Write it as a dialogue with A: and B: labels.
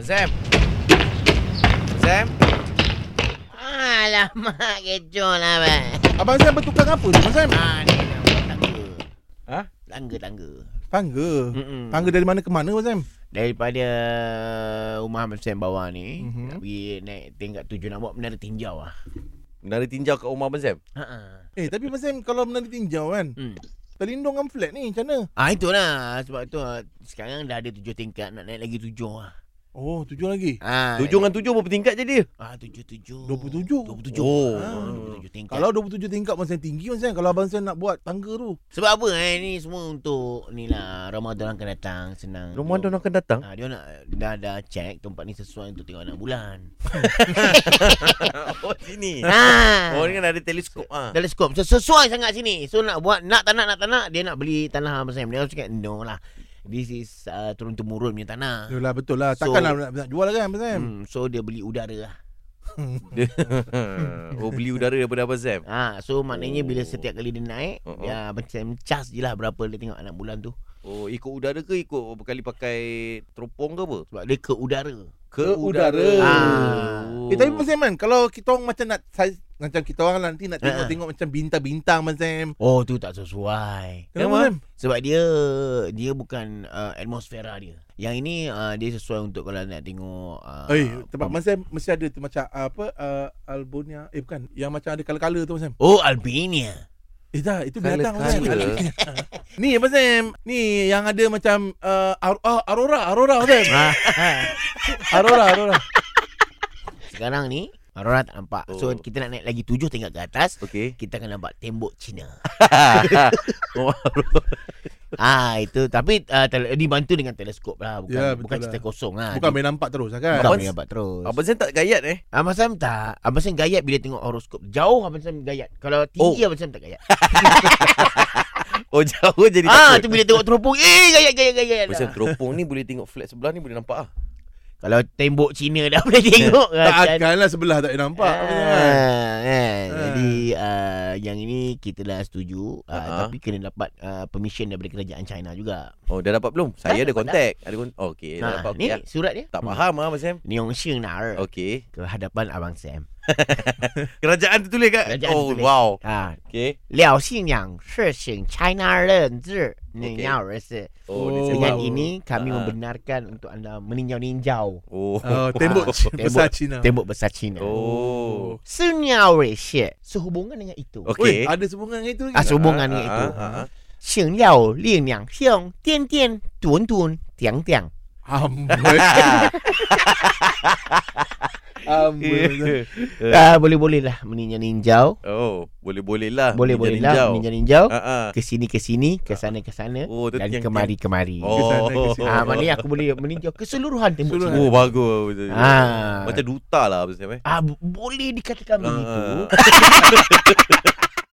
A: Sam. Sam.
B: Alamak, kecoh lah, Abang.
A: Abang Sam bertukar apa tu, Abang Sam?
B: Ha, ni nak buat tangga.
A: Ha?
B: Tangga, tangga.
A: Tangga.
B: Mm-mm.
A: Tangga dari mana ke mana, Abang Sam?
B: Daripada uh, rumah Abang Sam bawah ni,
A: Mhm.
B: nak pergi naik tingkat tujuh, nak buat menara tinjau lah.
C: Menara tinjau kat rumah Abang Sam.
B: Ha, ha.
A: Eh, tapi Abang Sam kalau menara tinjau kan,
B: Hmm.
A: terlindung dengan flat ni macam mana?
B: Ah itulah sebab tu ah, sekarang dah ada tujuh tingkat nak naik lagi tujuh ah.
A: Oh, tujuh lagi.
B: Ah
C: Tujuh dengan tujuh berapa tingkat je dia?
B: ah tujuh tujuh.
A: 27.
B: 27.
C: Oh.
B: Ah, 27 tingkat. Kalau
A: Kalau 27 tingkat Abang Sam tinggi, Abang Sam. Kalau Abang Sam nak buat tangga tu.
B: sebab apa eh ni semua untuk ni lah Ramadan akan datang senang.
C: Ramadan akan datang.
B: Ah dia nak dah dah check tempat ni sesuai untuk tengok anak bulan.
C: oh sini.
B: Ha.
C: Oh ni kan ada teleskop ah.
B: Teleskop so, sesuai sangat sini. So nak buat nak tak nak nak tak nak dia nak beli tanah apa Sam. Dia cakap no lah. This is uh, turun temurun punya tanah.
A: Yalah, betul lah.
B: So-
A: Takkanlah nak, nak jual kan, Abang Sam?
B: Hmm, so dia beli udara lah.
C: oh beli udara daripada Abang Sam.
B: Ha, so maknanya oh. bila
C: Oh.
B: setiap kali dia naik,
C: Uh-uh.
B: uh-uh. ya macam cas je lah berapa dia tengok anak bulan tu.
C: Oh ikut udara ke ikut berkali pakai teropong ke apa?
B: Sebab dia ke udara.
C: Ke
A: Ke udara.
B: Ah.
C: Oh.
A: Eh tapi Abang Sam kan Kalau kita orang macam nak saya, Macam kita orang lah nanti
B: Ha,
A: Nak
B: ha.
A: tengok-tengok macam bintang-bintang Abang Sam
B: Oh, tu tak sesuai.
A: Kenapa
C: Memang.
A: Abang Sam?
B: Sebab dia dia bukan uh, atmosfera dia. Yang ini uh, dia sesuai untuk kalau nak tengok uh,
A: Eh tempat Abang Sam Mesti ada tu macam ah, Apa uh, Albonia Eh bukan Yang macam ada kala-kala tu Abang Sam
B: Oh, Albania.
A: Eh dah itu binatang Abang Sam
C: Colour-colour.
A: Ni Abang Sam Ni yang ada macam uh, ar- ah, Aurora Aurora Abang Sam
C: lah,
B: Ha.
A: Aurora Aurora
B: Sekarang ni Aurora tak nampak. Oh. So
C: Oh.
B: kita nak naik lagi tujuh tingkat ke atas,
C: Okey.
B: kita akan nampak tembok Cina.
C: oh,
B: ah, itu tapi uh, tel- dibantu dengan teleskop lah, bukan
A: Ya,
B: yeah,
A: betul
B: bukan
A: lah.
B: cerita kosong lah.
A: Bukan main nampak terus lah kan
B: Bukan
C: Abang-
B: boleh nampak terus.
C: Abang Sam tak gayat eh.
B: Abang Sam tak. Abang Sam gayat bila tengok horoskop. Jauh Abang Sam gayat. Kalau tinggi oh. Abang Sam tak gayat.
C: Oh jauh jadi takut.
B: ah, tu bila tengok teropong, eh gayat gayat gayat.
C: Abang Sam teropong ni boleh tengok flat sebelah ni boleh nampak ah.
B: Kalau tembok Cina dah boleh tengok.
A: Tak
B: Rasa-
A: akan lah sebelah tak boleh nampak Abang Sam kan?
B: Ah, kan.
A: Ah.
B: Jadi ah, yang ini kita dah setuju ah,
C: Ah.
B: tapi kena dapat ah, permission daripada kerajaan China juga.
C: Oh dah dapat belum? Saya ada
B: dapat
C: kontak. Ada kon- oh, Okey, dah
B: Ah,
C: dapat.
B: ni
C: Ni?
B: Hmm. surat dia.
C: Tak faham Oh. ah Abang Sam.
B: Niong Xing Nar
C: Okey.
B: ke hadapan Abang Sam.
C: Kerajaan tu tulis kat.
B: Kerajaan
C: oh
B: tertulis.
C: wow.
B: Ah,
C: Okey.
B: Liao Xingyang, Shi Xing China Ren Zi.
C: Okey.
B: Ni Yao Zi.
C: Oh, dia
A: Oh.
C: cakap.
B: Dengan
A: wow.
B: ini kami
C: Ah.
B: membenarkan untuk anda meninjau-ninjau
C: Oh.
A: Oh, Tembok Cina, besar Cina
B: tembok besar Cina. Oh.
C: Oh.
B: Senyawreshe sehubungan dengan itu.
C: Okey.
A: Weh, ada sehubungan dengan itu lagi
B: Ah, sehubungan dengan
C: Ah,
B: itu.
C: ah, ah, ah.
B: Xing liao ling liang xiong tian tian tuan tuan tiang tiang.
A: Amboi
C: Ah.
A: Amboi Abang Sam.
C: Eh.
B: Ah boleh-boleh lah meninjau-ninjau.
C: Oh, boleh-boleh lah.
B: Boleh-boleh lah
C: Ninja.
B: meninjau.
C: Ah, ah.
B: Ke sini ke sini, ke sana ke sana
C: Oh, tu
B: dan
C: tiang-tiang.
B: kemari kemari.
C: Oh.
A: Ke sana, ke sini.
B: Ah maknanya aku boleh meninjau keseluruhan tembok
A: Keseluruhan.
B: Cina.
C: Oh, bagus.
B: Ah.
C: Macam duta lah Abang Sam eh.
B: Ah bo- boleh dikatakan begitu.
C: Ah.